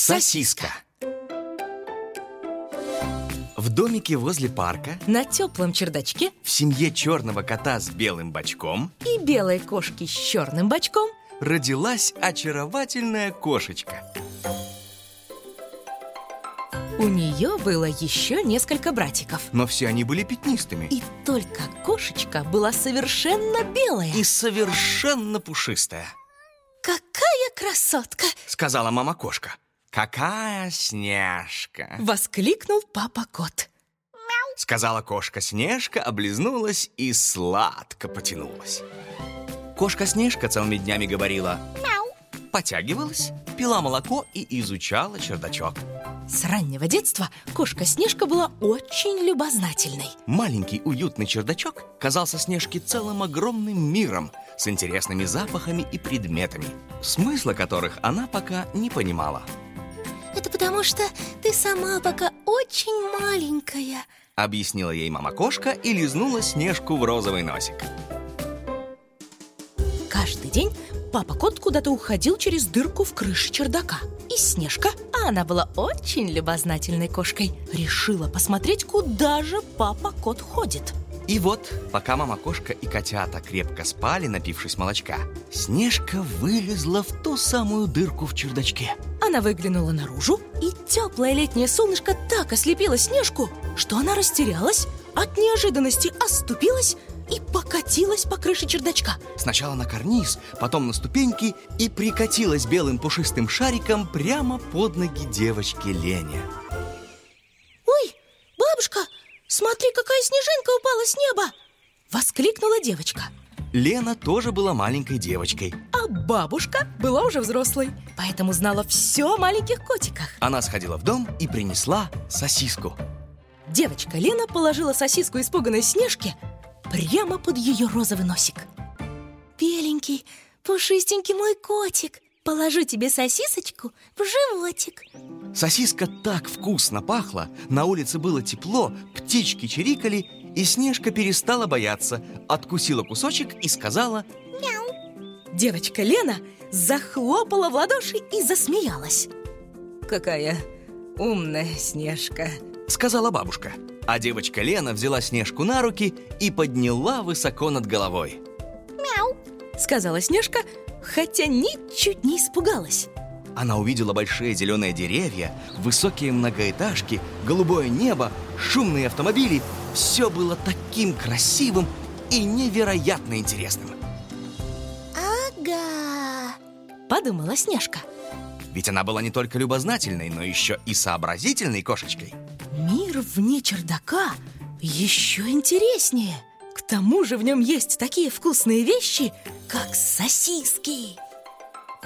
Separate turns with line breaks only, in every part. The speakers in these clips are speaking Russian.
Сосиска. В домике возле парка
На теплом чердачке
в семье черного кота с белым бочком
и белой кошки с черным бочком
родилась очаровательная кошечка.
у нее было еще несколько братиков.
Но все они были пятнистыми
И только кошечка была совершенно белая.
и совершенно пушистая,
Какая красотка!
сказала мама кошка. Какая снежка!
Воскликнул папа кот.
Сказала кошка Снежка, облизнулась и сладко потянулась. Кошка Снежка целыми днями говорила Потягивалась, пила молоко и изучала чердачок.
С раннего детства кошка Снежка была очень любознательной.
Маленький уютный чердачок казался Снежке целым огромным миром с интересными запахами и предметами, смысла которых она пока не понимала.
Это потому что ты сама пока очень маленькая.
Объяснила ей мама-кошка и лизнула Снежку в розовый носик.
Каждый день папа кот куда-то уходил через дырку в крыше чердака. И Снежка, а она была очень любознательной кошкой, решила посмотреть, куда же папа кот ходит.
И вот, пока мама-кошка и котята крепко спали, напившись молочка, Снежка вылезла в ту самую дырку в чердачке.
Она выглянула наружу, и теплое летнее солнышко так ослепило Снежку, что она растерялась, от неожиданности оступилась и покатилась по крыше чердачка.
Сначала на карниз, потом на ступеньки и прикатилась белым пушистым шариком прямо под ноги девочки Леня.
«Ой, бабушка, смотри, какая снежинка упала с неба!» — воскликнула девочка.
Лена тоже была маленькой девочкой.
А бабушка была уже взрослой, поэтому знала все о маленьких котиках.
Она сходила в дом и принесла сосиску.
Девочка Лена положила сосиску испуганной Снежке прямо под ее розовый носик.
Беленький, пушистенький мой котик. Положу тебе сосисочку в животик.
Сосиска так вкусно пахла, на улице было тепло, птички чирикали, и Снежка перестала бояться, откусила кусочек и сказала
Девочка Лена захлопала в ладоши и засмеялась. «Какая умная Снежка!»
сказала бабушка. А девочка Лена взяла Снежку на руки и подняла высоко над головой.
Сказала Снежка, хотя ничуть не испугалась.
Она увидела большие зеленые деревья, высокие многоэтажки, голубое небо, шумные автомобили. Все было таким красивым и невероятно интересным.
Ага.
Подумала Снежка.
Ведь она была не только любознательной, но еще и сообразительной кошечкой.
Мир вне чердака еще интереснее. К тому же в нем есть такие вкусные вещи, как сосиски.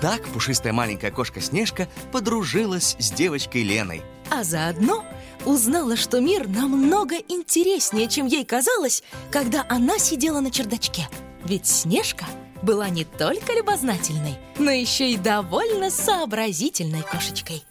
Так пушистая маленькая кошка Снежка подружилась с девочкой Леной.
А заодно узнала, что мир намного интереснее, чем ей казалось, когда она сидела на чердачке. Ведь Снежка была не только любознательной, но еще и довольно сообразительной кошечкой.